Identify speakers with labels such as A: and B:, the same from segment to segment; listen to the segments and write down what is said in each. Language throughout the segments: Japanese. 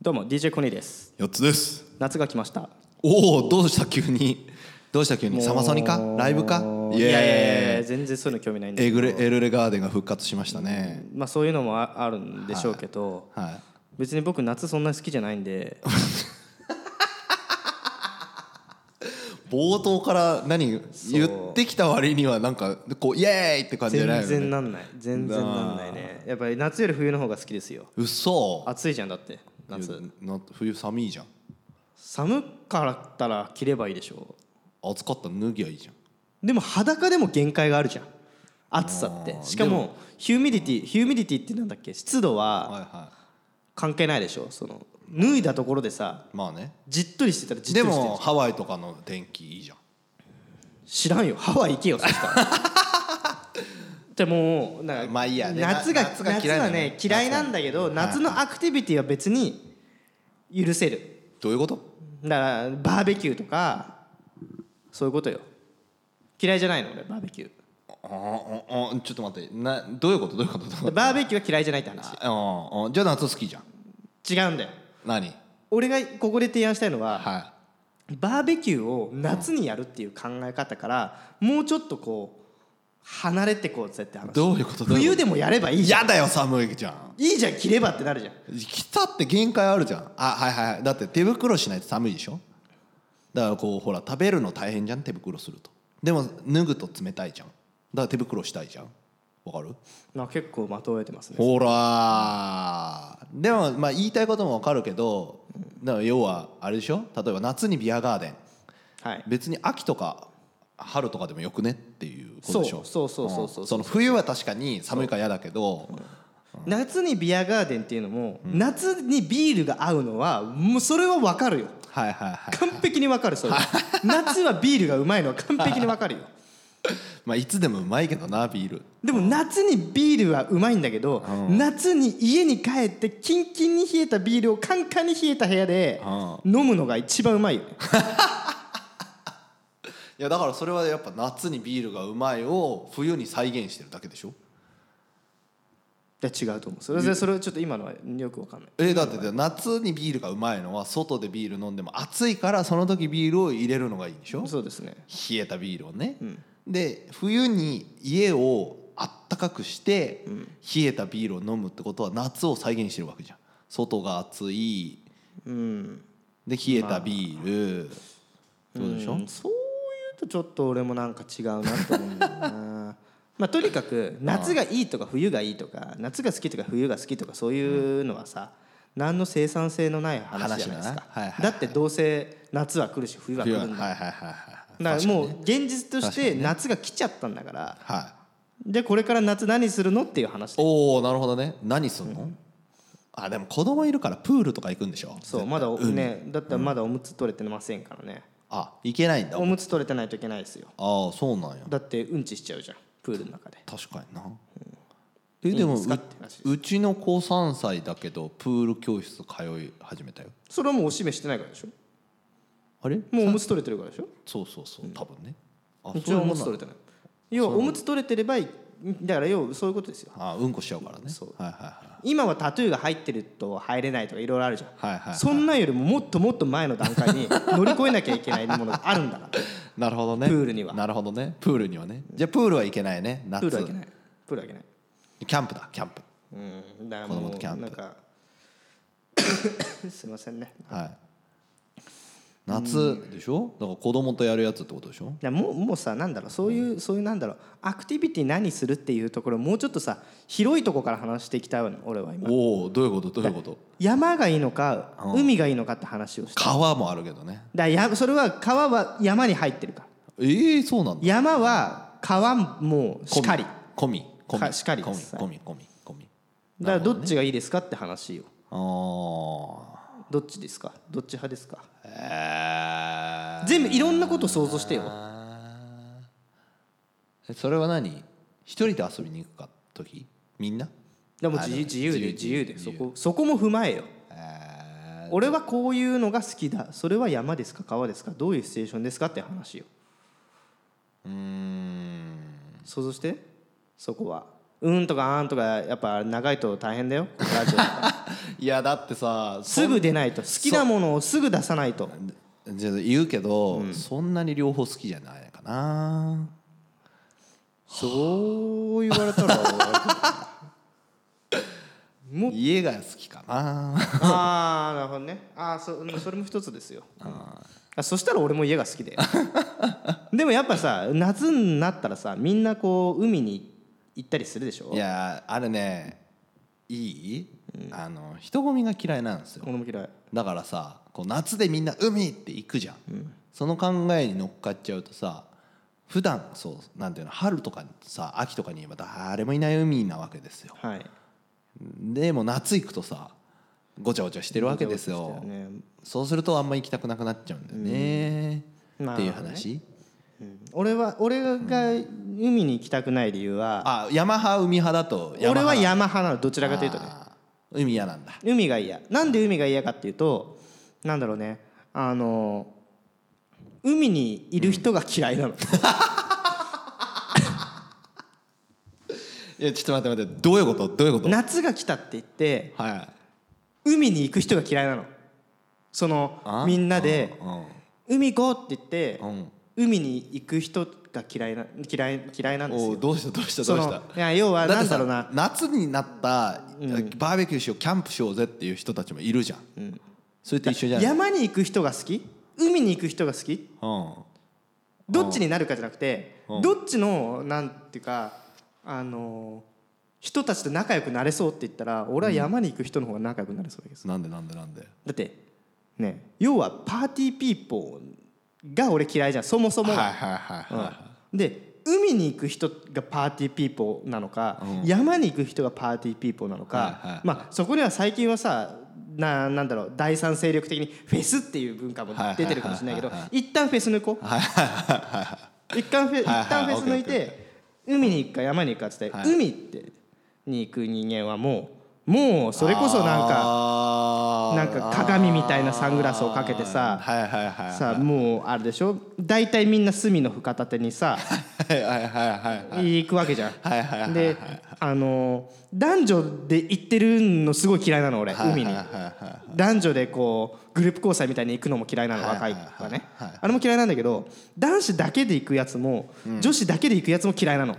A: どうも DJ コニーです
B: 四つです。
A: 夏が来ました
B: おお、どうした急に。どうした急に。サマソニか、ライブか。
A: いやいやいや全然そういうの興味ないんで
B: エ
A: す
B: グ
A: けど
B: レ、エルレガーデンが復活しましたね。
A: まあそういうのもああるんでしょうけど、
B: は
A: 別に僕夏そんなに好きじゃないんで
B: い。冒頭から何言ってきた割には、なんか、こう、イエーイって感じじゃない
A: 全然
B: よね。
A: なんない全然なんないねやっぱり夏より冬の方が好きですよ
B: うそ。
A: 暑いじゃんだって
B: いや
A: 夏
B: な冬寒いじゃん。
A: 寒かったら着ればいいでしょ
B: 暑かったら脱ぎゃいいじゃん。
A: でも裸でも限界があるじゃん暑さってしかもヒューミディティヒューミディティってなんだっけ湿度
B: はい
A: は
B: は
A: 関係ないでしょその脱いだところでさ
B: い。まあね。
A: じっとりしてたらじっと
B: で
A: りしてる
B: も、ハワイとかの天気いいじゃん。
A: 知らんよハワイ行けよそしたら でもなんか
B: まあいいやね
A: 夏が
B: な
A: 夏
B: 夏
A: が
B: が
A: 嫌い
B: 嫌い
A: は
B: なの
A: ね嫌いなんだけど夏のアクティビティは別に許せる
B: どういうこと
A: だからバーベキューとかそういうことよ嫌いじゃないの俺バーベキュー
B: あああちょっと待って。などういうことどういうことどういうこと
A: バーベキューは嫌いじゃないって話
B: ああじゃあ夏好きじゃん。
A: 違うんだよ
B: 何
A: 俺がここで提案したいのは
B: は
A: バーベキューを夏にやるっていう考え方からもうちょっとこう離れてこうぜって話
B: い。どういうことどういうこと
A: 冬でもやればいいじゃん
B: 嫌だよ寒いじゃん
A: いいじゃん着ればってなるじゃん
B: 来たって限界あるじゃんあはいはいはいだって手袋しないと寒いでしょだからこうほら食べるの大変じゃん手袋するとでも脱ぐと冷たいじゃんだから手袋したいじゃんわかる
A: まあ結構まとえてますね
B: ほらーでもまあ言いたいこともわかるけどだから要はあれでしょ例えば夏にビアガーデン
A: はい
B: 別に秋とか春とかでもよくねっていうこと
A: そう
B: でし
A: そ
B: ょ
A: うそうそうそう
B: その冬は確かに寒いから嫌だけど
A: 夏にビアガーデンっていうのも、夏にビールが合うのはもうそれは分かるよ
B: はいはいはい
A: 完璧に分かるそれは夏はビールがうまいのは完璧に分かるよ
B: まあいつでもうまいけどなビール
A: でも夏にビールはうまいんだけど、夏に家に帰ってキンキンに冷えたビールをカンカンに冷えた部屋で飲むのが一番うまいよね
B: いやだからそれはやっぱ夏にビールがうまいを冬に再現してるだけでしょ
A: いや違うと思うそれはそれはちょっと今のはよく分かんない
B: えだってだって夏にビールがうまいのは外でビール飲んでも暑いからその時ビールを入れるのがいいんでしょ
A: そうですね
B: 冷えたビールをね、で冬に家をあったかくして冷えたビールを飲むってことは夏を再現してるわけじゃん外が暑い
A: うん
B: で冷えたビール、そうでしょ、
A: んそういうとちょっと俺もなんか違うなと思うんだよな まあとにかく夏がいいとか冬がいいとか夏が好きとか冬が好きとかそういうのはさ何の生産性のない話じゃないですか
B: 話だなはいはいはい
A: だってどうせ夏は来るし冬は来
B: 冬は
A: る
B: はい
A: んだ
B: はいはいはい
A: だからもう現実とし
B: 確か
A: て夏が来ちゃったんだから
B: はい
A: じゃあこれから夏何するのっていう話で
B: おおなるほどね何すんの、あでも子供いるからプールとか行くんでしょ
A: そうまだおねだってまだおむつ取れてませんからね
B: あ行けないんだ
A: おむつ取れてないといけないですよ
B: ああそうなんや
A: だってうんちしちゃうじゃんプールの中で
B: 確かにな、えでも
A: いいんですか
B: う
A: って話
B: うちの子3歳だけどプール教室通い始めたよ
A: それはもうおしめしてないからでしょ
B: あれ
A: もうおむつ取れてるからでしょ
B: そうそうそう多分ね、あ
A: う
B: そ
A: ち
B: うい
A: は
B: う
A: お
B: も
A: むつ
B: んな
A: 取
B: ん
A: れ
B: だ
A: てない要はおむつ取れてればいいだから要はそういうことですよ
B: あうんこしちゃうからね
A: そう
B: はいは
A: 今はタトゥーが入ってると入れないとかいろいろあるじゃん
B: いはいはいはい
A: そんなんよりももっともっと前の段階 に乗り越えなきゃいけないものがあるんだから
B: なるほどね
A: プールには
B: なるほどねプールにはねじゃあプールはいけないね夏
A: プールはいけないプールはいけない
B: キャンプだキャンプ
A: うんだからも
B: 子供とキャン
A: う
B: プ
A: なんか すいませんね
B: はい夏でしょだから子供とやるやつってことでしょ
A: だからもうもうさなんだろうそういう、そういうなんだろうアクティビティ何するっていうところもうちょっとさ広いとこから話していきたいわね俺は今
B: おおどういうことどういうこと
A: 山がいいのか海がいいのかって話をして
B: 川もあるけどね
A: だからやそれは川は山に入ってるから
B: ええそうなんだ
A: 山は川もしかりだ
B: 込み込
A: か
B: み
A: しかりで
B: 込み
A: す
B: 込み込み込み
A: からどっちがいいですかって話よ
B: あ
A: どっちですかどっち派ですか
B: あえ
A: 全部いろんなこと想像してよ
B: ーそれは何一人で遊びに行くか時みんな
A: でも自由自由で自
B: 自
A: 由
B: 由
A: で
B: 自
A: そこそこも踏まえよ
B: え
A: 俺はこういうのが好きだそれは山ですか川ですかどういうシチュエーションですかって話よ
B: ーうーん
A: 想像してそこはうんとかあんとかやっぱ長いと大変だよラジオとか
B: いやだってさ
A: すぐ出ないと好きなものをすぐ出さないと
B: じゃあ言うけど、そんなに両方好きじゃないかな
A: そう言われたら もう
B: 家が好きかな
A: ああなるほどねああそうんそれも一つですよあそしたら俺も家が好きで でもやっぱさ夏になったらさみんなこう海に行ったりするでしょ
B: いやあれねいい、あの人混みが嫌いなんですよ
A: 俺も嫌い
B: だからさこう夏でみんな海って行くじゃん、その考えに乗っかっちゃうとさ普段そうなんていうの春とかさ秋とかに言えば誰もいない海なわけですよ
A: はい
B: でも夏行くとさごちゃごちゃしてるわけですよ
A: ね
B: そうするとあんま行きたくなくなっちゃうんだよね、
A: うん
B: っていう話、
A: 俺は俺が海に行きたくない理由は、
B: あ山派海派だと山
A: 俺は
B: 派だ
A: 山派なのどちらかというとね
B: あー海嫌なんだ
A: 海が嫌なんで海が嫌かっていうとなんだろうねあの海にいる人が嫌いなの、
B: いやちょっと待って待ってどういうことどういうこと
A: 夏が来たって言って
B: はい
A: 海に行く人が嫌いなのその
B: あ
A: みんなで「海行こう」って言って
B: うん、うん
A: 海に行く人が嫌いな嫌い嫌いなんです
B: おう
A: よ
B: どうしたどうしたど
A: そう
B: し
A: の
B: た
A: いや要は
B: だっ
A: な
B: て
A: んだ
B: さ
A: ろうな
B: 夏になったバーベキューしようキャンプしようぜっていう人たちもいるじゃん、それと一緒じゃない、
A: 山に行く人が好き海に行く人が好き
B: うん、
A: どっちになるかじゃなくてどっちのなんていうかあの人たちと仲良くなれそうって言ったら俺は山に行く人の方が仲良くなれそうです
B: なんでなんでなんで
A: だってね要はパーティーピーポーが俺嫌いじゃんそもそも
B: はい
A: が
B: はいはいはい、
A: で海に行く人がパーティーピーポーなのか、山に行く人がパーティーピーポーなのか、
B: はいはいはい
A: まあ、そこには最近はさななんだろう第三勢力的にフェスっていう文化も出てるかもしれないけど、
B: はいはい
A: 一旦フェス抜こう、一旦フェ
B: はいはい
A: 一旦フェス抜い
B: オッケーオッ
A: て海に行くか山に行くかっつって、
B: はい
A: 海ってに行く人間はもうもうそれこそなんか
B: か
A: なんか鏡みたいなサングラスをかけてさ
B: はいはいはいはい
A: さもうあれでしょ大体みんな隅の片手にさ
B: はいはいはいはいはい
A: 行くわけじゃん。
B: はいはいはい
A: で、あのー男女で行ってるのすごい嫌いなの俺、
B: はい
A: 海に、
B: はいはいはい
A: 男女でこうグループ交際みたいに行くのも嫌いなの、
B: はいはいはい
A: 若い子はね、
B: はい
A: あれも嫌いなんだけど男子だけで行くやつも、女子だけで行くやつも嫌いなの、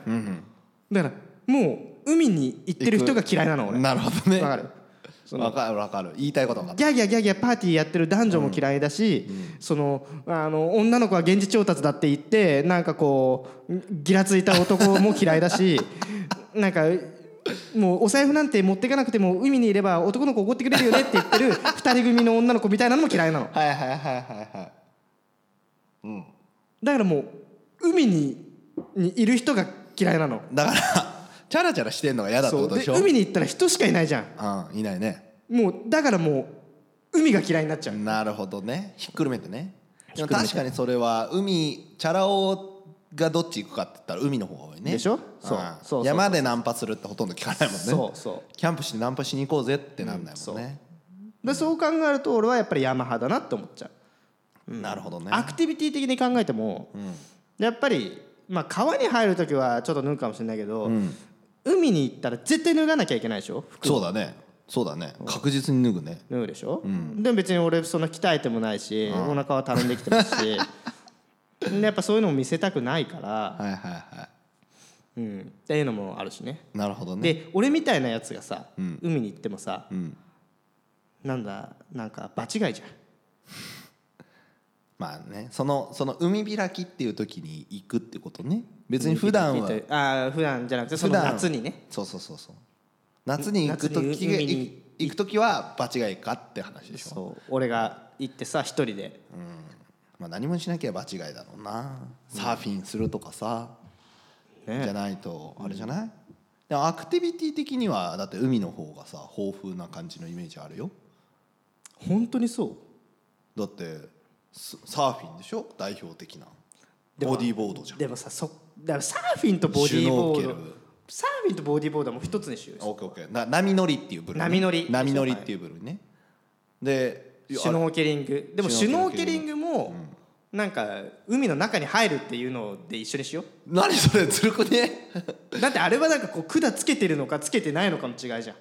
A: だからもう海に行ってる人が嫌いなの俺わ
B: なるほどね
A: かる
B: わかるわかる言いたいことわかる
A: ギャーギャーギャーギャーパーティーやってる男女も嫌いだし、そのあの女の子は現地調達だって言ってなんかこうギラついた男も嫌いだ しなんかもうお財布なんて持っていかなくても海にいれば男の子おごってくれるよねって言ってる二人組の女の子みたいなのも嫌いなの
B: はいはいはいはいはい
A: だからもう海ににいる人が嫌いなの
B: だから チャラチャラしてんのが嫌だって
A: そ
B: こ
A: う
B: とで
A: で
B: しょ
A: 海に行ったら人しかいないじゃん
B: うんいないね
A: もうだからもう海が嫌いになっちゃう
B: なるほどねひっくるめてねで
A: ひっ
B: も
A: くるめて
B: 確かにそれは海チャラ男がどっち行くかって言ったら海の方が多いね
A: でしょそう
B: ああ
A: そうそう
B: 山でナンパするってほとんど聞かないもんね
A: そうそう
B: キャンプしてナンパしに行こうぜってなんないもんね、
A: でそう考えると俺はやっぱりヤマハだなって思っちゃう
B: なるほどね
A: アクティビティ的に考えても、やっぱり、まあ、川に入る時はちょっと脱ぐかもしれないけど、海に行ったら絶対脱がなきゃいけないでしょ服
B: そうだねそうだね確実に脱ぐね
A: 脱ぐでしょ、でも別に俺そんな鍛えてもないし、お腹はたるんできてます しでやっぱそういうのも見せたくないから、
B: はいはいは
A: うん、っていうのもあるしね
B: いなるほどね
A: で俺みたいなやつがさ、海に行ってもさ、
B: ん
A: なんだなんか場違いじゃん
B: まあねそのその海開きっていう時に行くってことね別に普段は
A: あー普段じゃなくてその
B: 普段
A: 夏にね
B: そうそうそうそう夏に行
A: 夏
B: く
A: に
B: 時が
A: 海に
B: い行く時は場違いかって話でしょ、
A: そう俺が行ってさ一人で
B: まあ、何もしなきゃ場違いだろうなサーフィンするとかさ、じゃないとあれじゃない、でもアクティビティ的にはだって海の方がさ豊富な感じのイメージあるよ
A: 本当にそう
B: だってスサーフィンでしょ代表的なボディーボードじゃん
A: でもさそだからサーフィンとボディーボー
B: シュ
A: ド
B: ノーケル
A: サーフィンとボディーボードはもう一つにしようよ
B: オッケーオッケーな波乗りっていう部類、
A: 波乗り
B: 波乗りっていう部類ねで
A: シュノーケリングでもシ
B: シ
A: ュ
B: ュ
A: ノ
B: ノ
A: ー
B: ー
A: ケ
B: ケ
A: リ
B: リ
A: ン
B: ン
A: グもなんか海の中に入るっていうので一緒にしよう
B: 何それずるくね
A: だってあれはなんかこう管つけてるのかつけてないのかの違いじゃん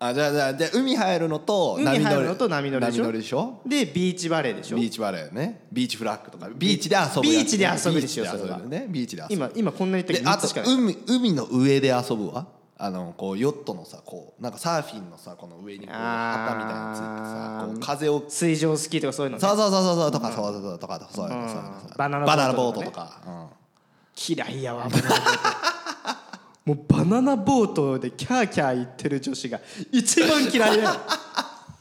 B: あじゃあじゃあじゃあ海入るのと
A: 海
B: 乗り
A: 入るのと波乗りでしょ
B: 波乗りでしょ
A: でビーチバレーでしょ
B: ビーチバレーねビーチフラッグとかビーチで遊ぶ
A: ビ
B: やつ
A: ーチで遊ぶでしょ
B: ビーチ
A: それは
B: 遊ぶねビーチで遊ぶ
A: 今今こんなに言っ
B: で
A: た
B: あ
A: けど3つし
B: と
A: かない
B: 海海の上で遊ぶわあのこうヨットのさこうなんかサーフィンのさこの上にこう旗みたいなやつって
A: あ
B: さ
A: ー
B: こう風を
A: 水上スキーとかそういうのね
B: そうそうそうそうとかそうそうそうとかそういうのそういうのそういうの
A: バナナ
B: バナナ
A: ボ
B: ボー
A: ー
B: ト
A: ト
B: と
A: と
B: かうん
A: 嫌いやわバナナボートもう バナナボートでキャーキャー言ってる女子が一番嫌 いや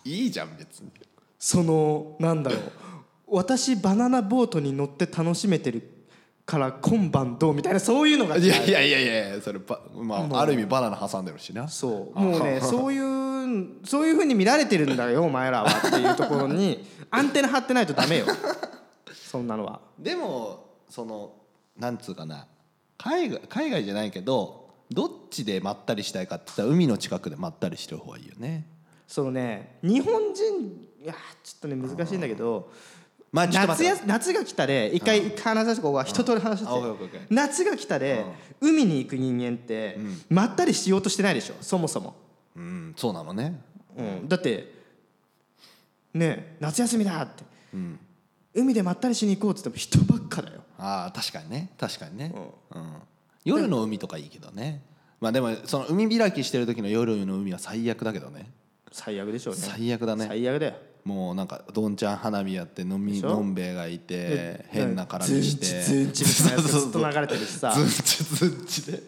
B: いいじゃん別に
A: そのなんだろう私バナナボートに乗って楽しめてるから今晩どうみたいなそういうのが
B: いやいやいやいやそればま
A: もう
B: あある意味バナナ挟んでるしな
A: そうもう ねそういうそういうふうに見られてるんだよお前らはっていうところ にアンテナ張ってないとダメよそんなのは
B: でもそのなんつうかな海外海外じゃないけどどっちでまったりしたいかって言ったら海の近くでまったりしてる方がいいよね
A: そのね日本人いやちょっとね難しいんだけど
B: まあちょっと
A: 夏
B: 待って
A: や夏が来たで一回一回話させてここは一通り話さ
B: あオッケーオッ
A: せ
B: ケーオッケー
A: て夏が来たで海に行く人間ってまったりしようとしてないでしょそもそも、
B: うんそうなのね
A: うん、だってねえ夏休みだって、海でまったりしに行こうって言っても人ばっかだよ
B: ああ確かにね確かにね、うん夜の海とかいいけどねまあでもその海開きしてる時の夜の海は最悪だけどね
A: 最悪でしょうね
B: 最悪だね
A: 最悪だよ
B: もうなんかどんちゃん花火やって飲み
A: でしょ
B: のんべえがいて変な絡みして
A: ズンチズンチみたい なやつがずっと流れてるしさ
B: ズンチズンチで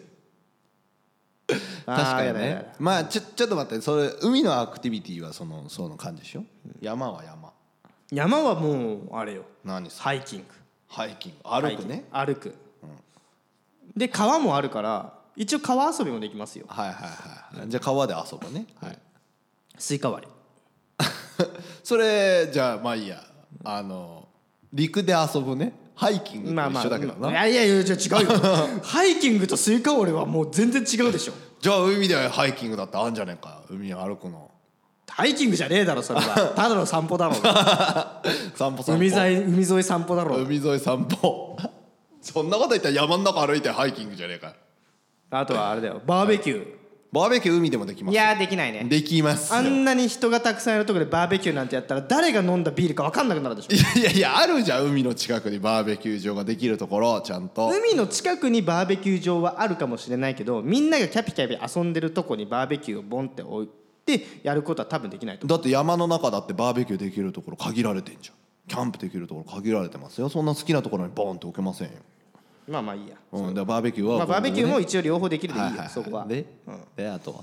A: あー
B: 確か
A: や
B: に
A: だやだ
B: ねまあちょちょっと待ってそれ海のアクティビティはそのその感じでしょ、山は山
A: 山はもうあれよ
B: 何さ
A: ハイキング
B: ハイキング歩くね
A: 歩く、で川もあるから一応川遊びもできますよ
B: はいはいはい、はい、じゃあ川で遊ぶね、はい、
A: スイカ割り
B: それじゃあまあいいやあの陸で遊ぶねハイキング
A: まあ
B: と
A: まあ
B: 一緒だけどな、
A: いやいやいや違うよハイキングとスイカ割りはもう全然違うでしょ
B: じゃあ海でハイキングだってあんじゃねえか海歩くの
A: ハイキングじゃねえだろそれ はただの散歩だろ
B: 散歩散歩
A: 海沿い海沿い散歩だろ
B: 海沿い散歩 そんなこと言ったら山の中歩いてハイキングじゃねえか
A: あとはあれだよバーベキュ
B: バーベキュー海でもできま
A: ー
B: す
A: いやーできないね
B: できます
A: あ
B: よ
A: んなに人がたくさんいるところでバーベキューなんてやったら誰が飲んだビールか分かんなくなるでしょ
B: いやいやいやあるじゃん海の近くにバーベキュー場ができるところちゃんと
A: 海の近くにバーベキュー場はあるかもしれないけどみんながキャピキャピ遊んでるとこにバーベキューをボンって置いてやることは多分できないと思
B: だって山の中だってバーベキューできるところ限られてんじゃんキャンプできるところ限られてますよそんな好きなところにボーンって置けませんよ、
A: うまあまあいいや、
B: うん、だからバーベキューは、
A: まあ、バーベキュー
B: も
A: も一応両方できるでいいよ、
B: はいはいはい
A: そこは
B: で,、であとは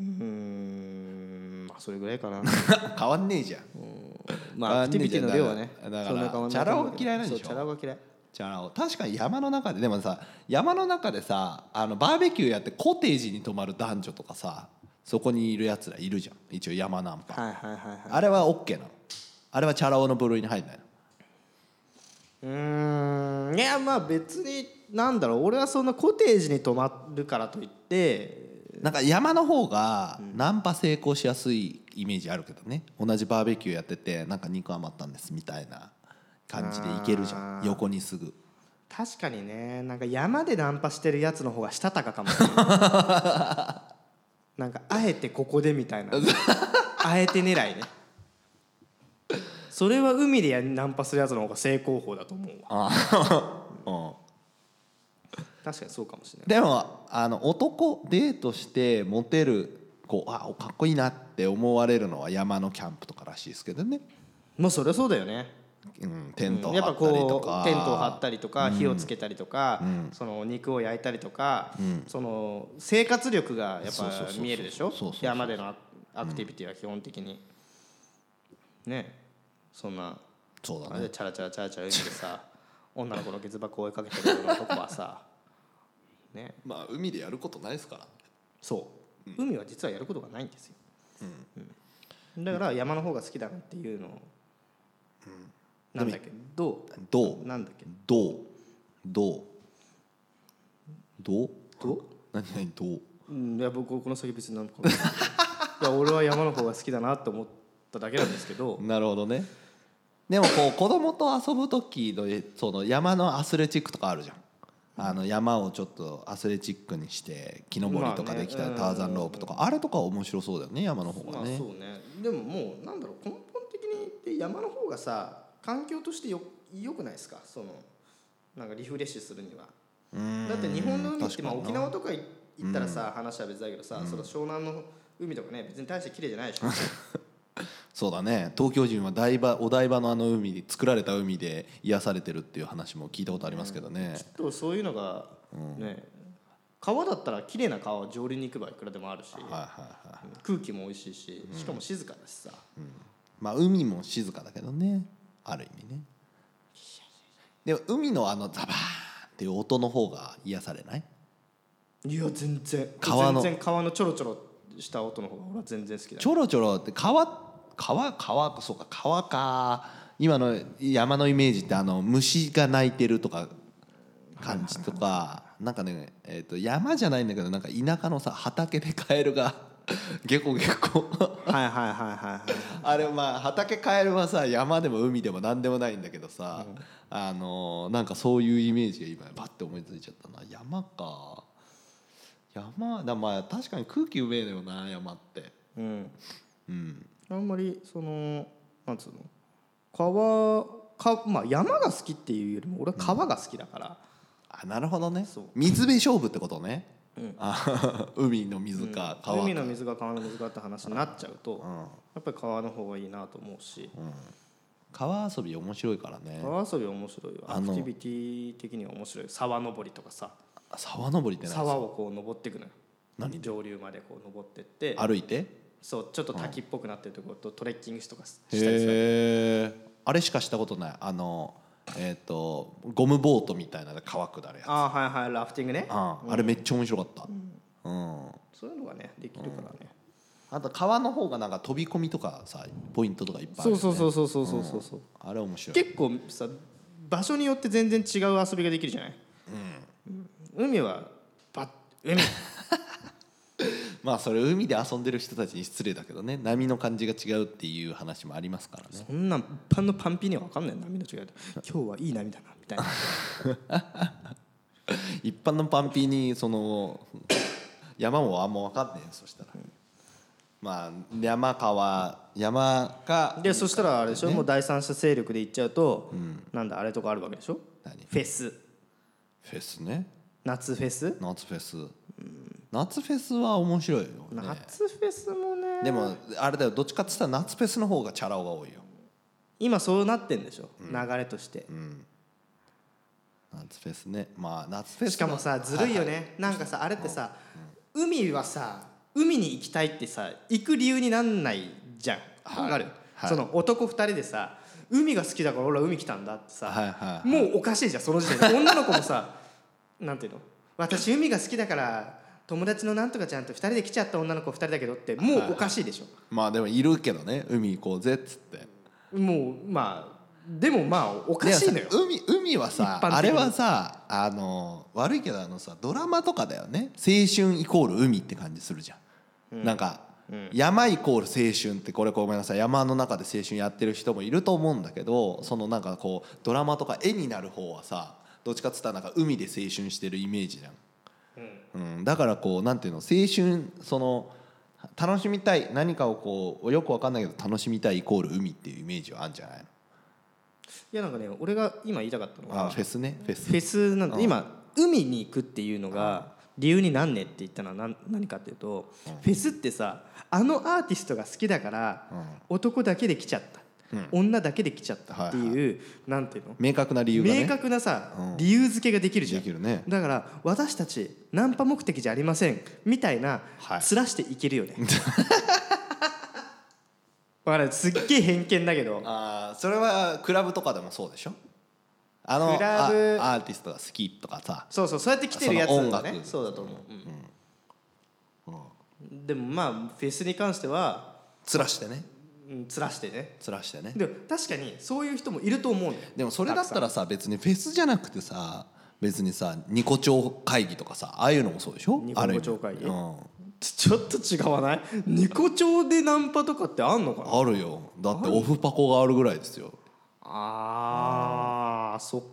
A: うーんまあそれぐらい かな
B: 変わんねえじゃん
A: まあアクティビティの量はね
B: だから
A: そんな変わんないと思うけど
B: チャラ男嫌いなんでしょ
A: そうチャラ男嫌い
B: じゃあ確かに山の中ででもさ山の中でさあのバーベキューやってコテージに泊まる男女とかさそこにいるやつらいるじゃん一応山ナンパ、
A: はいはいはいはい
B: あれは OK なのあれはチャラ男の部類に入んないの
A: うーんいやまあ別になんだろう俺はそんなコテージに泊まるからといって
B: なんか山の方がナンパ成功しやすいイメージあるけどね同じバーベキューやっててなんか肉余ったんですみたいな感じでいけるじゃん横にすぐ
A: 確かにねなんか山でナンパしてるやつの方がしたたかかもしれないなんかあえてここでみたいなあえて狙いねそれは海でやナンパするやつの方が正攻法だと思うわ
B: あ、うん、
A: 確かにそうかもしれない
B: でもあの男デートしてモテるこうあかっこいいなって思われるのは山のキャンプとからしいですけどね、
A: もうそれはそうだよね
B: うん、テントを
A: やっ
B: 張
A: ぱ
B: ったりと
A: こ
B: か、
A: うテントを張ったりとか火をつけたりとか、そのお肉を焼いたりとか、その生活力がやっ
B: そうそうそう
A: ぱ
B: そう
A: 見えるでしょ
B: そうそうそう
A: 山でのアアクティビティは基本的に、ねそんな
B: そう
A: あ
B: だ
A: れ
B: ね
A: でチャラチャラチャラチャラ海でさ 女の子のケツ箱を追いかけてるようなとこはさね
B: まあ海でやることないですから
A: そう、海は実はやることがないんですよ、うんだから山の方が好きだなっていうのを、なんだっけど
B: どう
A: うなんだっけ
B: どうどうどう
A: どう
B: 何何どう
A: うん、いや僕この先別に何も考えてない いや俺は山の方が好きだなと思っただけなんですけど
B: なるほどねでもこう子供と遊ぶ時のえその山のアスレチックとかあるじゃんあの山をちょっとアスレチックにして木登りとかできたりターザンロープとかあれとか面白そうだよね山の方
A: ま
B: が
A: あ
B: ね
A: そうねでももうなんだろう根本的に言って山の方がさ環境としてよ良くないですかそのなんかリフレッシュするには
B: うん
A: だって日本の海って
B: 確
A: まあ
B: かにな
A: 沖縄とかい行ったらさ話は別だけどさその湘南の海とかね別に大して綺麗じゃないで しょ
B: そうだね東京人は台場お台場のあの海で作られた海で癒されてるっていう話も聞いたことありますけどね、
A: ちょっとそういうのがね川だったら綺麗な川は上流に行けばいくらでもあるし
B: はいはいはい
A: 空気も美味しいししかも静かだしさ
B: まあ海も静かだけどねある意味ねでも海のあのザバーンっていう音の方が癒されない
A: いや全然
B: 川の
A: 全然川のちょろちょろした音の方が俺は全然好きだ
B: ちょろちょろって川川川そうか川か今の山のイメージってあの虫が鳴いてるとか感じとかなんかね、えー、と山じゃないんだけどなんか田舎のさ畑でカエルが ゲコゲコ
A: はいはいはいはいはい
B: あれまあ畑カエルはさ山でも海でも何でもないんだけどさ、あのーなんかそういうイメージが今バッて思いついちゃったな山か山だまあ確かに空気うめえのよな山って
A: うん、
B: うん
A: あんまりそのなんつうの川か、まあ、山が好きっていうよりも俺は川が好きだから、
B: あなるほどね
A: そう
B: 水辺勝負ってことね、
A: うん
B: あ 海の水か川か、
A: 海の水が川の水がって話になっちゃうと、
B: う
A: や
B: ん
A: っぱり川の方がいいなと思うし、
B: 川遊び面白いからね
A: 川遊び面白いわ
B: あ
A: アク
B: の
A: ティビティ的には面白い沢登りとかさ
B: 沢登りって
A: 沢
B: 何
A: をこう登っていくのよ
B: 何
A: 上流までこう登ってって
B: 歩いてへ
A: そうちょっと滝っぽくなってるところとトレッキングしとかしたりする
B: えあれしかしたことないあのえっ、とゴムボートみたいなので川下るやつ
A: ああはいはいラフティングね
B: ああれめっちゃ面白かった、うん
A: そういうのがねできるからね、
B: あと川の方がなんか飛び込みとかさポイントとかいっぱいある
A: そう
B: よね
A: そうそうそうそうそうそうそう
B: あれ面白い
A: 結構さ場所によって全然違う遊びができるじゃない、うん海はバッ海
B: まあそれ海で遊んでる人たちに失礼だけどね波の感じが違うっていう話もありますからね
A: そんなん一般のパンピーには分かんない波の違いと今日はいい波だなみたいな
B: 一般のパンピーにその山もあんま分かんねえよそしたら、まあ山川山か
A: でそしたらあれでしょ、もう第三者勢力で行っちゃうと、なんだあれとかあるわけでしょ
B: 何
A: フェス
B: フェスね
A: 夏フェス、
B: 夏フェス、夏フェスは面白いよね
A: 夏フェスもね
B: でもあれだよどっちかって言ったら夏フェスの方がチャラ男が多いよ
A: 今そうなってんでしょ、流れとして、
B: 夏フェスねまあ夏フェス
A: しかもさずるいよね、なんかさあれってさ、海はさ海に行きたいってさ行く理由になんないじゃんわかる、
B: はい
A: その男2人でさ海が好きだから俺は海来たんだってさ、
B: はいはい
A: もうおかしいじゃんその時点で女の子もさ なんていうの私海が好きだから友達のなんとかちゃんと2人で来ちゃった女の子2人だけどってもうおかしいでしょ、
B: まあでもいるけどね海行こうぜっつって
A: もうまあでもまあおかしいのよ
B: でもさ海海はさ
A: 一般的に
B: あれはさあの悪いけどあのさドラマとかだよね青春イコール海って感じするじゃん、なんか、山イコール青春ってこれごめんなさい山の中で青春やってる人もいると思うんだけどそのなんかこうドラマとか絵になる方はさどっちかっつったらなんか海で青春してるイメージじゃんうん、だからこうなんていうの青春その楽しみたい何かをこうよくわかんないけど楽しみたいイコール海っていうイメージはあるんじゃないの
A: いやなんかね俺が今言いたかったのは
B: あフェスねフェス
A: フェスなんて今海に行くっていうのが理由になんねえって言ったのは何何かっていうとフェスってさあのアーティストが好きだから男だけで来ちゃった女だけで来ちゃったっていうなんていうの
B: 明確な理由がね
A: 明確なさ理由付けができるじゃ
B: でき
A: ん。
B: るね
A: だから私たちナンパ目的じゃありませんみたいな
B: はい
A: つらしていけるよ ね。わかるすっげえ偏見だけど
B: あーそれはクラブとかでもそうでしょあの
A: クラブ
B: あアーティストが好きとかさ
A: そうそうそうやって来てるやつ
B: その
A: だ
B: 音
A: ね
B: 楽
A: そうだと思う、うんでもまあフェスに関しては
B: つらしてね
A: うんつらしてね
B: つらしてね
A: でも確かにそういう人もいると思うのよ
B: でもそれだったらさ別にフェスじゃなくてさ別にさニコ町会議とかさああいうのもそうでしょ
A: ニコ町会議
B: ある意味うん
A: ちょっと違わないニコ町でナンパとかってあんのかな
B: あるよだってオフパコがあるぐらいですよ
A: あーそっか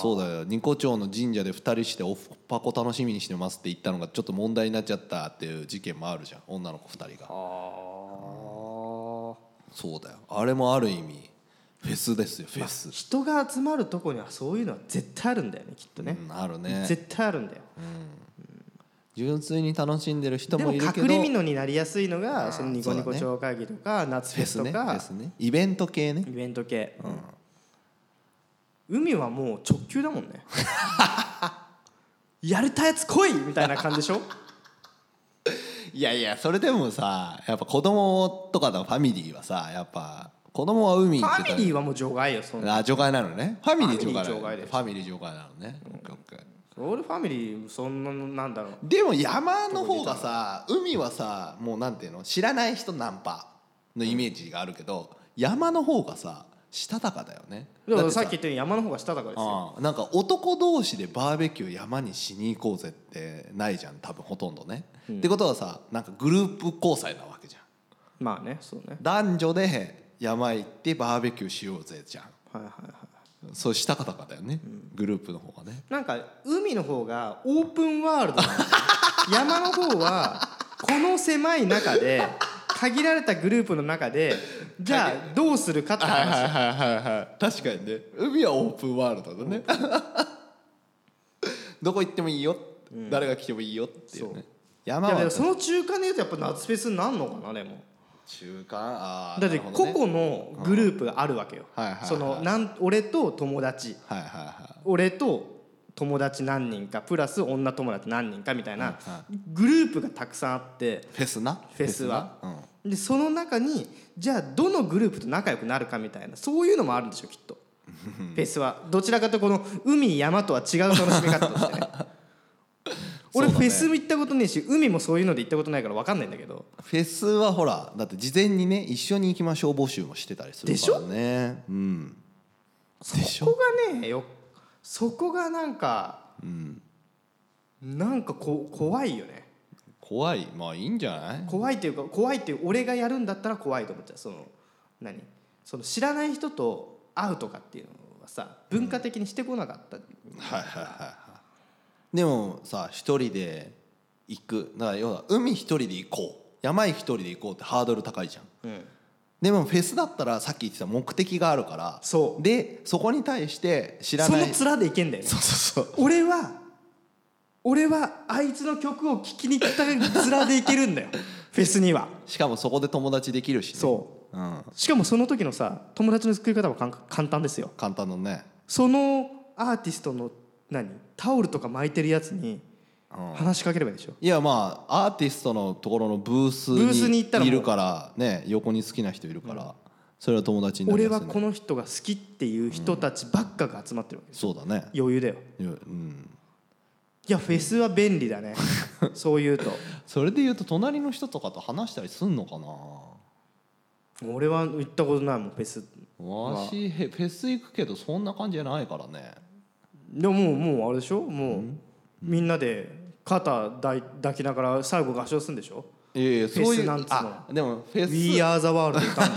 B: そうだよニコ町の神社で2人してオフパコ楽しみにしてますって言ったのがちょっと問題になっちゃったっていう事件もあるじゃん女の子2人が
A: あ
B: そうだよあれもある意味フェスですよフェス、
A: 人が集まるとこにはそういうのは絶対あるんだよねきっとね、
B: うんあるね
A: 絶対あるんだよ
B: 純粋に楽しんでる人
A: で
B: も
A: も
B: いるけ
A: 隠
B: ど
A: れ蓑になりやすいのが
B: あー
A: そのニコニ
B: そう
A: コ
B: だね
A: 超会議とか夏
B: フ
A: フ
B: ェ
A: ェ
B: ス
A: ス
B: ね
A: と
B: フ
A: か
B: ェスねイベント系ね
A: イベント系、海はもう直球だもんね やれたやつ来いみたいな感じで しょ
B: いやいやそれでもさやっぱ子供とかのファミリーはさやっぱ子供は海
A: フ
B: 行って
A: ァ
B: たら
A: ミリーはもう除外よそんな
B: あ除外なのねファミリー除外なの
A: ファミリー除外です
B: ファミリー除外なのね、オッケーオッケー
A: 俺ファミリーそんなのなんだろう
B: でも山の方がさ海はさもうなんていうの知らない人ナンパのイメージがあるけど、山の方がさしたたかだよね
A: で
B: だ
A: も
B: て
A: さっき言ったように山の方がしたたかですよ
B: ああなんか男同士でバーベキュー山にしに行こうぜってないじゃん多分ほとんどね、ってことはさなんかグループ交際なわけじゃん
A: まあねそうね
B: 男女で山行ってバーベキューしようぜじゃん
A: はいはいはい
B: そうしたかたかだよね、グループの方がね
A: なんか海の方がオープンワールド なの山の方はこの狭い中で限られたグループの中でじゃあどうするかって
B: はいは
A: 話
B: いはいはいはい確かにね海はオープンワールドだね どこ行ってもいいよ、誰が来てもいいよっていう
A: そ
B: ね
A: う
B: 山
A: だか
B: は
A: らその中間でいうとやっぱ夏フェスになんのかなでも
B: 中間ああ
A: だって個
B: ね、
A: 々のグループがあるわけよ
B: はいはいはい
A: そのなん俺と友達
B: はいはいは
A: 俺と友達何人かプラス女友達何人かみたいな
B: は
A: グループがたくさんあって
B: いフェスな
A: フェスは
B: フェスなうん
A: でその中にじゃあどのグループと仲良くなるかみたいなそういうのもあるんでしょきっ とフェスはどちらかというとこの海山とは違う楽しみ方と してね俺
B: そうだ
A: フ
B: ね
A: ェスも行ったことねえし海もそういうので行ったことないから分かんないんだけど
B: フェスはほらだって事前にね一緒に行きましょう募集もしてたりするからねうんでし
A: そ
B: ょ
A: こがねよそこがなんか、なんかこ怖いよね
B: 怖いまあいいんじゃない
A: 怖いっていうか怖いっていう俺がやるんだったら怖いと思っちゃうその何その知らない人と会うとかっていうのはさ文化的にしてこなかった、
B: はいはいはいはいでもさ一人で行くだから要は海一人で行こう山一人で行こうってハードル高いじゃん
A: うん
B: でもフェスだったらさっき言ってた目的があるから
A: そう
B: でそこに対して知ら
A: そ
B: な
A: の
B: い
A: 面でいけんだよね
B: そうそうそう
A: 俺は俺はあいつの曲を聴きに行った面でいけるんだよフェスには
B: しかもそこで友達できるし、ね、、
A: そう
B: ん、
A: しかもその時のさ友達の作り方は簡簡単ですよ
B: 簡単だね
A: そのアーティストの何タオルとか巻いてるやつに
B: うん
A: 話しかければいいでしょ、
B: いやまあアーティストのところのブースに
A: ブースに行ったらも
B: いうるからね横に好きな人いるから、それは友達にな
A: 俺
B: りやす
A: は
B: いね
A: この人が好きっていう人たちばっかが集まってるわけです
B: そうだね
A: 余裕だよ
B: いやうん
A: いやフェスは便利だ ねそういうと
B: それで言うと隣の人とかと話したりすんのか
A: 俺は行ったことないもんフェス
B: なわしへフェス行くけどそんな感じじゃないからね
A: でももうもうあれでしょもう、みんなで肩抱い抱きながら最後合唱するんでしょ
B: いやいやそういう
A: フェスなんつうの
B: あでも
A: 「
B: フ
A: We
B: ェス
A: are the world」歌う の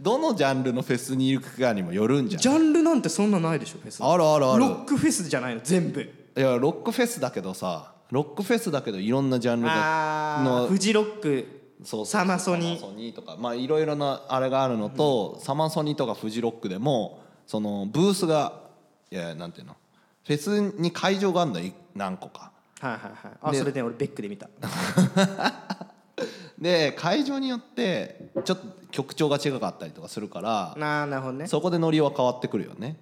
B: どのジャンルのフェスに行くかにもよるんじゃん
A: ジャンルなんてそんなないでしょフェス
B: あるあるある
A: ロックフェスじゃないの全部
B: いやロックフェスだけどさロックフェスだけどいろんなジャンルが
A: あ
B: の
A: ーフジロック
B: そうそう
A: サマソニ
B: サマソニとかまあいろいろなあれがあるのと、サマソニとかフジロックでもそのブースがいやいやなんていうのフェスに会場があるのい何個か
A: はいはいはいあ
B: で
A: それね俺ベックで見た
B: で会場によってちょっと曲調が違かったりとかするから
A: なあなるほどね
B: そこでノリは変わってくるよね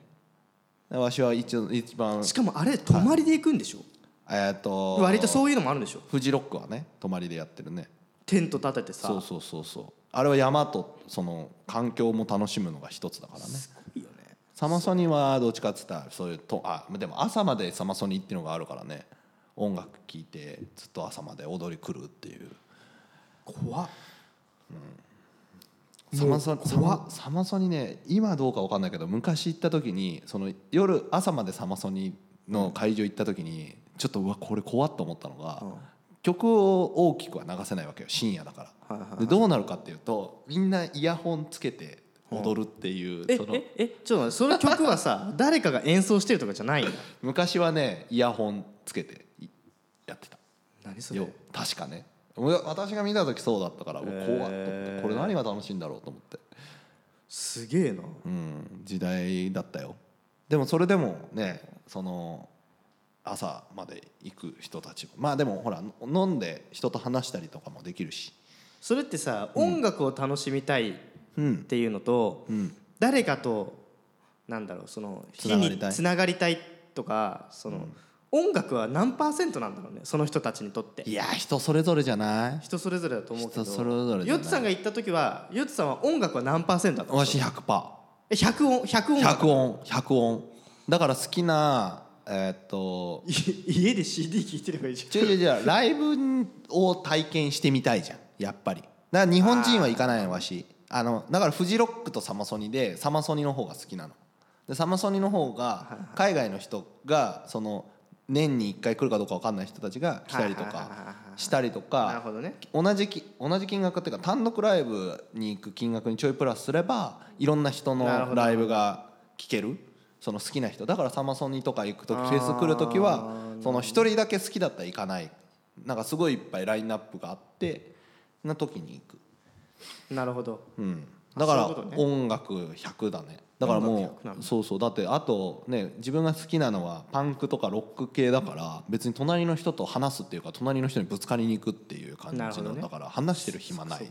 B: わしは一応一番
A: しかもあれ泊まりで行くんでしょ
B: えーっと
A: 割とそういうのもあるんでしょ
B: フジロックはね泊まりでやってるね
A: テント立ててさ
B: そうそうそうそうあれは山とその環境も楽しむのが一つだからね
A: いいよね
B: サマソニはどっちかっつったらそういうとあでも朝までサマソニっていうのがあるからね音楽聴いてずっと朝まで踊り狂うっていう
A: 怖っ
B: サマソサマサマソニね今どうか分かんないけど昔行った時にその夜朝までサマソニの会場行った時にちょっとうわこれ怖っと思ったのが、曲を大きくは流せないわけよ深夜だから、
A: はいはい
B: でどうなるかっていうとみんなイヤホンつけて踊るっていう、
A: え
B: その
A: ええちょっと待ってその曲は さ誰かが演奏してるとかじゃないんだ
B: 昔はねイヤホンつけていやってた
A: 何それ
B: よ確かね俺私が見た時そうだったからうわ怖っと思っ
A: へ
B: て
A: ー
B: これ何が楽しいんだろうと思って
A: すげえな
B: うん時代だったよでもそれでもねその朝まで行く人たちもまあでもほら飲んで人と話したりとかもできるし
A: それってさ音楽を楽しみたいっ
B: うん
A: ていうのと、
B: うん
A: 誰かとなんだろうその
B: つながりたい
A: 火につながりたいとかその、音楽は何パーセントなんだろうねその人たちにとって
B: いや人それぞれじゃない
A: 人それぞれだと思うけど
B: 人それぞれじゃない
A: ヨッツさんが行った時はヨッツさんは音楽は何パーセントだったの
B: わし100パ
A: え100音100音
B: ー
A: 楽
B: 100音100音だから好きなえーっと
A: い家で CD 聴いてればいいじ
B: 違う違う違うライブを体験してみたいじゃんやっぱりだから日本人は行かないのわしあのだからフジロックとサマソニでサマソニの方が好きなのでサマソニの方が海外の人がその年に1回来るかどうか分かんない人たちが来たりと
A: はいはいはいはい
B: か
A: はい
B: したりと
A: ゃんなる
B: か
A: ほどね
B: 同じき同じ金額っていうか単独ライブに行く金額にちょいプラスすればいろんな人
A: なるほ
B: の
A: ど
B: ライブが聴けるその好きな人だからサマソニとか行く時フェス来る時はその一人だけ好きだったら行かないなんかすごいいっぱいラインナップがあってな時に行く、
A: なるほど
B: うん、
A: あ
B: だか
A: そういうことね
B: ら音楽100だねだから
A: 音
B: も
A: 楽100なん
B: う
A: だ
B: そうそうだってあとね自分が好きなのはパンクとかロック系だから別に隣の人と話すっていうか隣の人にぶつかりに行くっていう感じ
A: なるほど
B: の
A: ね
B: だから話してる暇ないね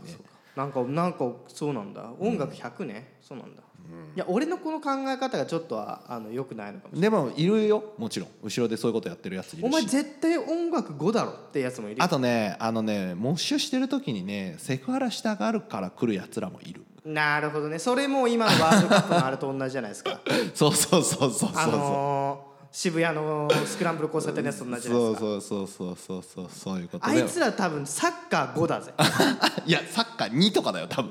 A: なんかなんかそうなんだ音楽100ね、そうなんだ、いや俺のこの考え方がちょっとはあの良くないのかもし
B: でもいるよもちろん後ろでそういうことやってるやつい
A: れ
B: るし
A: ないお前絶対音楽5だろってやつもいるよ
B: あとねあのねモッシュしてる時にねセクハラしたがるから来るやつらもいる
A: なるほどねそれも今のワールドカップのあれと同じじゃないですか
B: そうそうそうそうそう
A: あ
B: そう
A: のー渋谷のスクランブル交差点のやつと同じじゃないですか
B: そうそうそうそうそうそういうこと
A: あ
B: で
A: いつら多分サッカー5だぜ
B: いやサッカー2とかだよ多分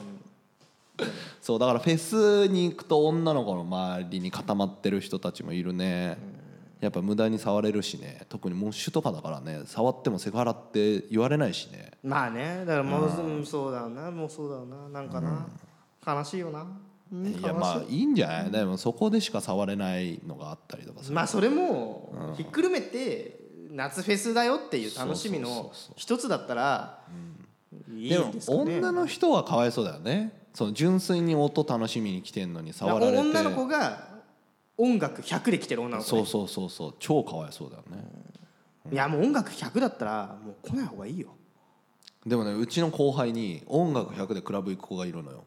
B: そうだからフェスに行くと女の子の周りに固まってる人たちもいるねやっぱ無駄に触れるしね特にモッシュとかだからね触ってもセクハラって言われないしね
A: まあねだからもう、うんそうだよなもうそうだよななんかな、悲しいよな、うん、
B: いやまあいいんじゃないでもそこでしか触れないのがあったりとかする
A: まあそれもひっくるめて夏フェスだよっていう楽しみ
B: そうそう
A: の一つだったらいい
B: でも
A: んですかね
B: 女の人はかわいそうだよねその純粋に音楽しみに来てんのに触られて
A: 女の子が音楽100で来てる女の子
B: そ
A: ね、
B: うそうそうそう超かわいそうだよね
A: いやもう音楽100だったらもう来ない方がいいよ
B: でもねうちの後輩に音楽100でクラブ行く子がいるのよ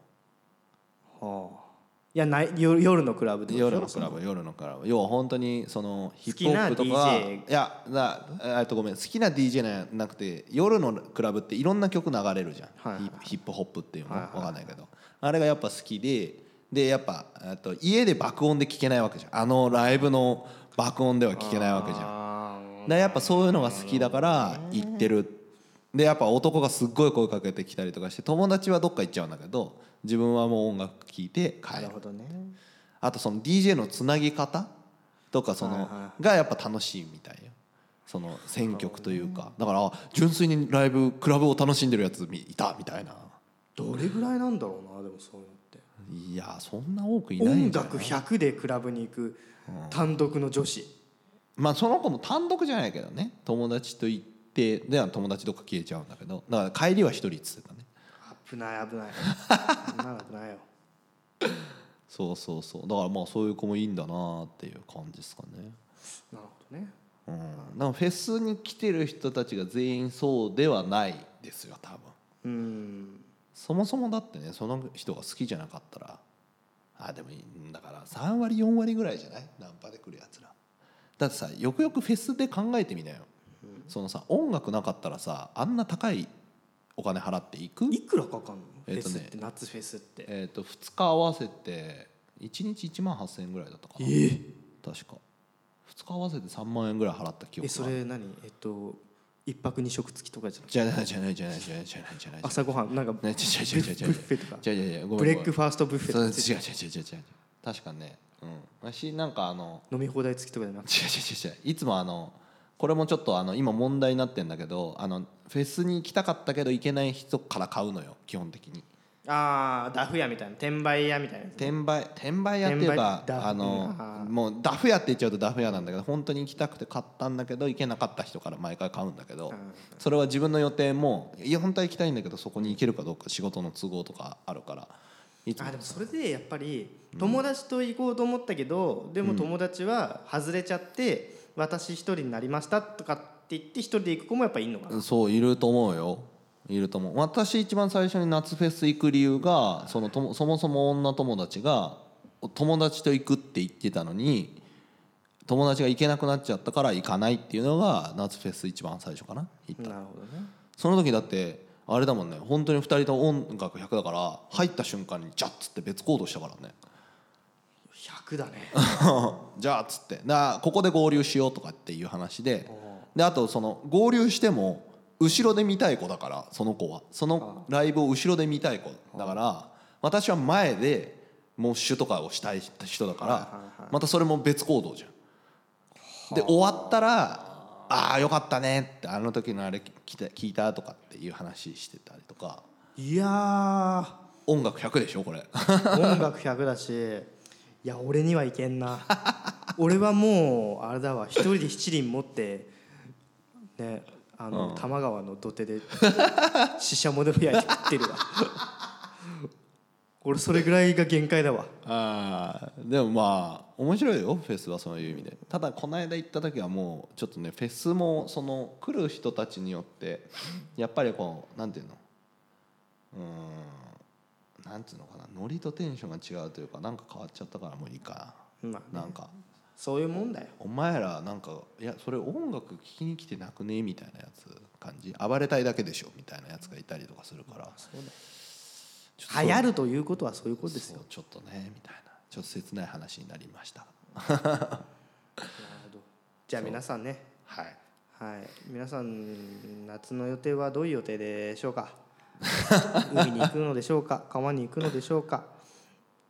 A: いやない夜夜のクラブで
B: 夜のクラブ夜のクラブ要は本当にそのヒップホップと
A: 好き
B: か
A: ない
B: やだえっとごめん好きな DJ じゃなくて夜のクラブっていろんな曲流れるじゃん、
A: はいはいはい
B: ヒヒップホップっていうの
A: はい
B: わ
A: はい
B: かんないけど、あれがやっぱ好きででやっぱえっと家で爆音で聴けないわけじゃんあのライブの爆音では聴けないわけじゃん
A: あ
B: だからやっぱそういうのが好きだから行ってるでやっぱ男がすっごい声かけてきたりとかして友達はどっか行っちゃうんだけど自分はもう音楽聴いて
A: ーな
B: 帰
A: る
B: る
A: ほどね
B: あとその DJ のつなぎ方とかそ
A: はい
B: の
A: は
B: がやっぱ楽しいみたいよその選曲というかだからあ純粋にライブクラブを楽しんでるやつみいたみたいな
A: どれぐらいなんだろうなでもそういうのって
B: いやそんな多くいないん
A: 音
B: じゃない
A: 楽100でクラブに行く単独の女子、
B: まあその子も単独じゃないけどね友達と行ってでは友達どっか消えちゃうんだけどだから帰りは一人っつってたね
A: 危ない危ないそんなの危ないよ
B: そうそうそうだからまあそういう子もいいんだなっていう感じですかね
A: なるほどね
B: うんなんかフェスに来てる人たちが全員そうではないですよ多分
A: うん
B: そもそもだってねその人が好きじゃなかったらあでもいいうんだから3割4割ぐらいじゃないナンパで来るやつらだってさよくよくフェスで考えてみなよ、そのさ音楽なかったらさあんな高いお金払っていく
A: いくらかかんの、
B: えっと
A: フェス
B: ね
A: って夏フェスって
B: えー、と2日合わせて1日1万8000円ぐらいだったかな確か2日合わせて3万円ぐらい払った記
A: え
B: 憶
A: そ
B: がある
A: れ何えっと一泊二食付きとかじゃなくて
B: じゃないじゃないじゃないじゃないじゃないじゃない
A: 朝ごはんなんか
B: ね違う違う違う違う
A: ブッフェとか
B: じゃじゃじゃごめんご
A: ブ
B: め
A: レ
B: ん
A: ックファーストブッフェ
B: そう違う
A: とか
B: 違う違う違う違う確かねうん私なんかあの
A: 飲み放題付きとかじゃなくて
B: 違う違う違う違ういつもあのこれもちょっとあの今問題になってんだけどあのフェスに行きたかったけど行けない人から買うのよ基本的に
A: ああダフ屋みたいな転売屋みたいなやつ
B: 転売転売屋っていうか
A: 転売ダフ
B: あの
A: あー
B: もうダフ屋って言っちゃうとダフ屋なんだけど本当に行きたくて買ったんだけど行けなかった人から毎回買うんだけどそれは自分の予定もいや本当は行きたいんだけどそこに行けるかどうか仕事の都合とかあるからいつも
A: あでもそれでやっぱり友達と行こうと思ったけど、でも友達は外れちゃって私一人になりましたとかって言って一人で行く子もやっぱいいのかな、
B: そういると思うよいると思う私一番最初に夏フェス行く理由がそのともそもそも女友達が友達と行くって言ってたのに友達が行けなくなっちゃったから行かないっていうのが夏フェス一番最初かな
A: なるほどね
B: その時だってあれだもんね本当に2人とも音楽100だから入った瞬間に「じゃっ」つって別行動したからね
A: 100だね
B: 「じゃあ」っつってなここで合流しようとかっていう話でであとその合流しても後ろで見たい子だからその子はそのライブを後ろで見たい子だから私は前でモッシュとかをしたい人だか
A: はいはい
B: らまたそれも別行動じゃん。で終わったら「ああよかったね」って「あの時のあれ聞いた聞いた」とかっていう話してたりとか。
A: いやー
B: 音楽100でしょこれ
A: 音楽100だしいや俺にはいけんな俺はもうあれだわ一人で七輪持ってねあの、多摩川の土手でししゃもでも焼いて食ってるわ 俺それぐらいが限界だわ
B: あーでもまあ面白いよフェスはそういう意味でただこの間行った時はもうちょっとねフェスもその来る人たちによってやっぱりこうなんていうのうーんなんていうのかなノリとテンションが違うというかなんか変わっちゃったからもういいか
A: まあ
B: ななんか
A: そういうもんだよ
B: お前らなんかいやそれ音楽聴きに来てなくねみたいなやつ感じ暴れたいだけでしょみたいなやつがいたりとかするからちょっと
A: 流行るということはそういうことです
B: そ
A: よ
B: うちょっとねみたいなちょっと切ない話になりました
A: じゃあ皆さんね
B: はい
A: はい皆さん夏の予定はどういう予定でしょう か海に行くのでしょうか川に行くのでしょうか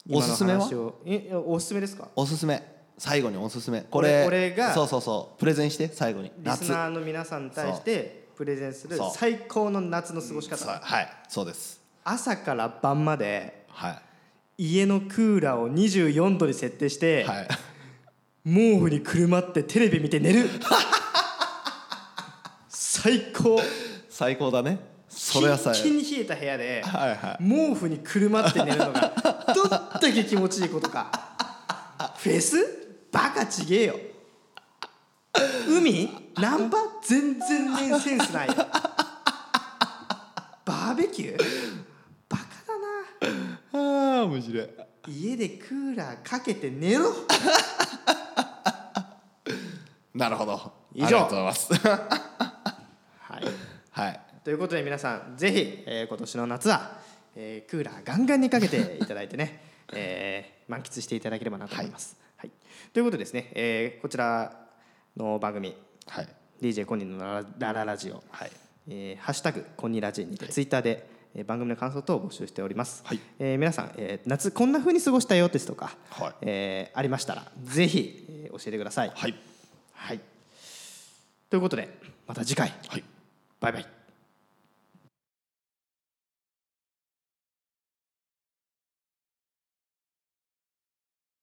B: おすすめは
A: 今の話をえいやおすすめですか
B: おすすめ最後におすすめこれ
A: 俺俺が
B: そうそうそうプレゼンして最後に
A: リス
B: 夏
A: ナーの皆さんに対してプレゼンする
B: そう
A: 最高の夏の過ごし
B: そう
A: 方
B: はいそうです
A: 朝から晩まで
B: は
A: 家のクーラーを24度に設定し
B: い
A: て、
B: はい
A: 毛布にくるまってテレビ見て寝る最高
B: 最高だねそれはさ
A: キンキンに冷えた部屋で
B: はいは
A: 毛布にくるまって寝るのがどんだけ気持ちいいことかフェスバカちげえよ海ナンパ全然ねセンスないよバーベキューバカだない
B: ああ面白い
A: 家でクーラーかけて寝ろ
B: なるほど
A: 以上
B: ありがとうございます
A: はい
B: はい
A: ということで皆さんぜひ、えー今年の夏は、えークーラーガンガンにかけていただいて ね、えー満喫していただければなと思います。はいということでですね、えーこちらの番組
B: はい
A: DJ コニーのラララララジオ、
B: はい
A: えーハッシュタグコニラジにてツイッターで、えー番組の感想等を募集しております、
B: はい
A: えー皆さん、えー夏こんな風に過ごしたよですとか、
B: はい
A: えーありましたらぜひ、えー教えてください、
B: はい
A: はい、ということでまた次回
B: はい
A: バイバイ